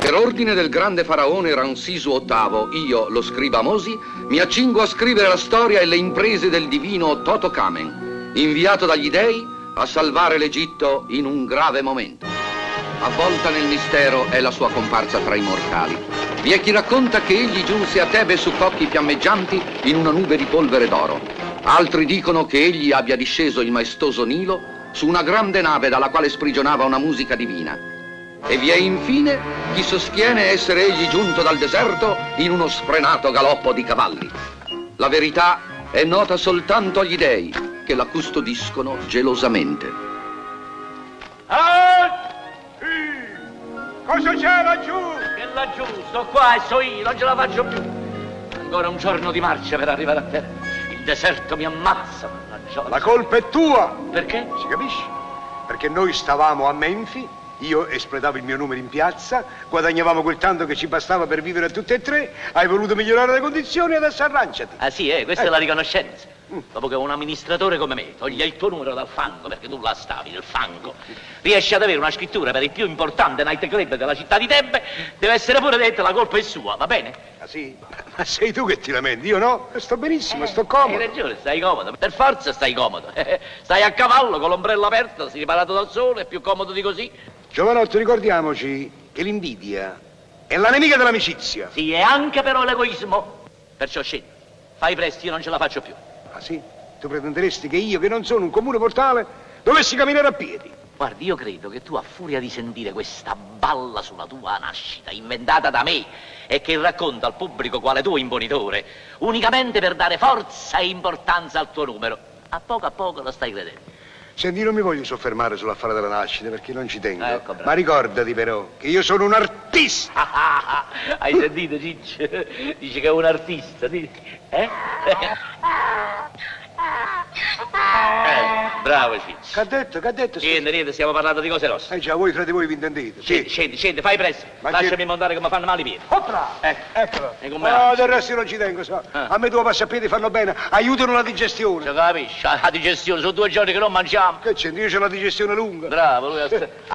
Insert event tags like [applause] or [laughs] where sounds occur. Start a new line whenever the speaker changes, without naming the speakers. Per ordine del grande faraone Ramsisu VIII, io, lo scriba Mosi, mi accingo a scrivere la storia e le imprese del divino Toto Kamen, inviato dagli dei a salvare l'Egitto in un grave momento. Avvolta nel mistero è la sua comparsa tra i mortali. Vi è chi racconta che egli giunse a Tebe su cocchi fiammeggianti in una nube di polvere d'oro. Altri dicono che egli abbia disceso il maestoso Nilo su una grande nave dalla quale sprigionava una musica divina. E vi è infine chi sostiene essere egli giunto dal deserto in uno sfrenato galoppo di cavalli. La verità è nota soltanto agli dei che la custodiscono gelosamente.
Ah! Cosa c'è laggiù?
Che laggiù, sto qua e so io, non ce la faccio più. Ancora un giorno di marcia per arrivare a terra. Il deserto mi ammazza, mannaggia.
La colpa è tua,
Perché?
si capisce? Perché noi stavamo a Menfi, io espletavo il mio numero in piazza, guadagnavamo quel tanto che ci bastava per vivere a tutte e tre, hai voluto migliorare le condizioni e adesso arranciati.
Ah sì, eh, Mm. questa è la riconoscenza. Dopo che un amministratore come me toglie il tuo numero dal fango, perché tu la stavi nel fango, riesci ad avere una scrittura per il più importante night club della città di Tebbe, deve essere pure detto la colpa è sua, va bene?
Ah sì? Ma sei tu che ti lamenti, io no? Sto benissimo, sto
Hai
comodo.
ragione, stai comodo, per forza stai comodo. [laughs] Stai a cavallo con l'ombrello aperto, sei riparato dal sole, è più comodo di così.
Giovanotto, ricordiamoci che l'invidia è la nemica dell'amicizia.
Sì, e anche però l'egoismo. Perciò scendi, fai presto, io non ce la faccio più.
Ah sì? Tu pretenderesti che io, che non sono un comune portale, dovessi camminare a piedi?
Guardi, io credo che tu a furia di sentire questa balla sulla tua nascita, inventata da me, e che racconta al pubblico quale tuo imbonitore, unicamente per dare forza e importanza al tuo numero. A poco a poco lo stai credendo. [laughs]
Senti, io non mi voglio soffermare sull'affare della nascita perché non ci tengo.
Ah, ecco, bravo.
Ma ricordati però che io sono un artista.
Hai sentito, Ciccio? Dice che è un artista, sì. Eh? [laughs] Eh, bravo,
Che
Ciccio.
ha detto, che ha detto? scusa?
Niente, niente, stiamo parlando di cose rosse.
Eh già, voi fra di voi vi intendete.
Scendi, scendi, scendi, fai presto.
Ma
Lasciami
che-
montare come fanno male i piedi.
Opla!
Ecco,
Eccolo.
E con me
No,
anche.
Oh, del resto io non ci tengo, so.
Ah.
A me due passapiedi fanno bene, aiutano la digestione.
Cioè, capisci? La digestione, sono due giorni che non mangiamo.
Che c'è? Io ho la digestione lunga.
[laughs] Bravo, lui ha...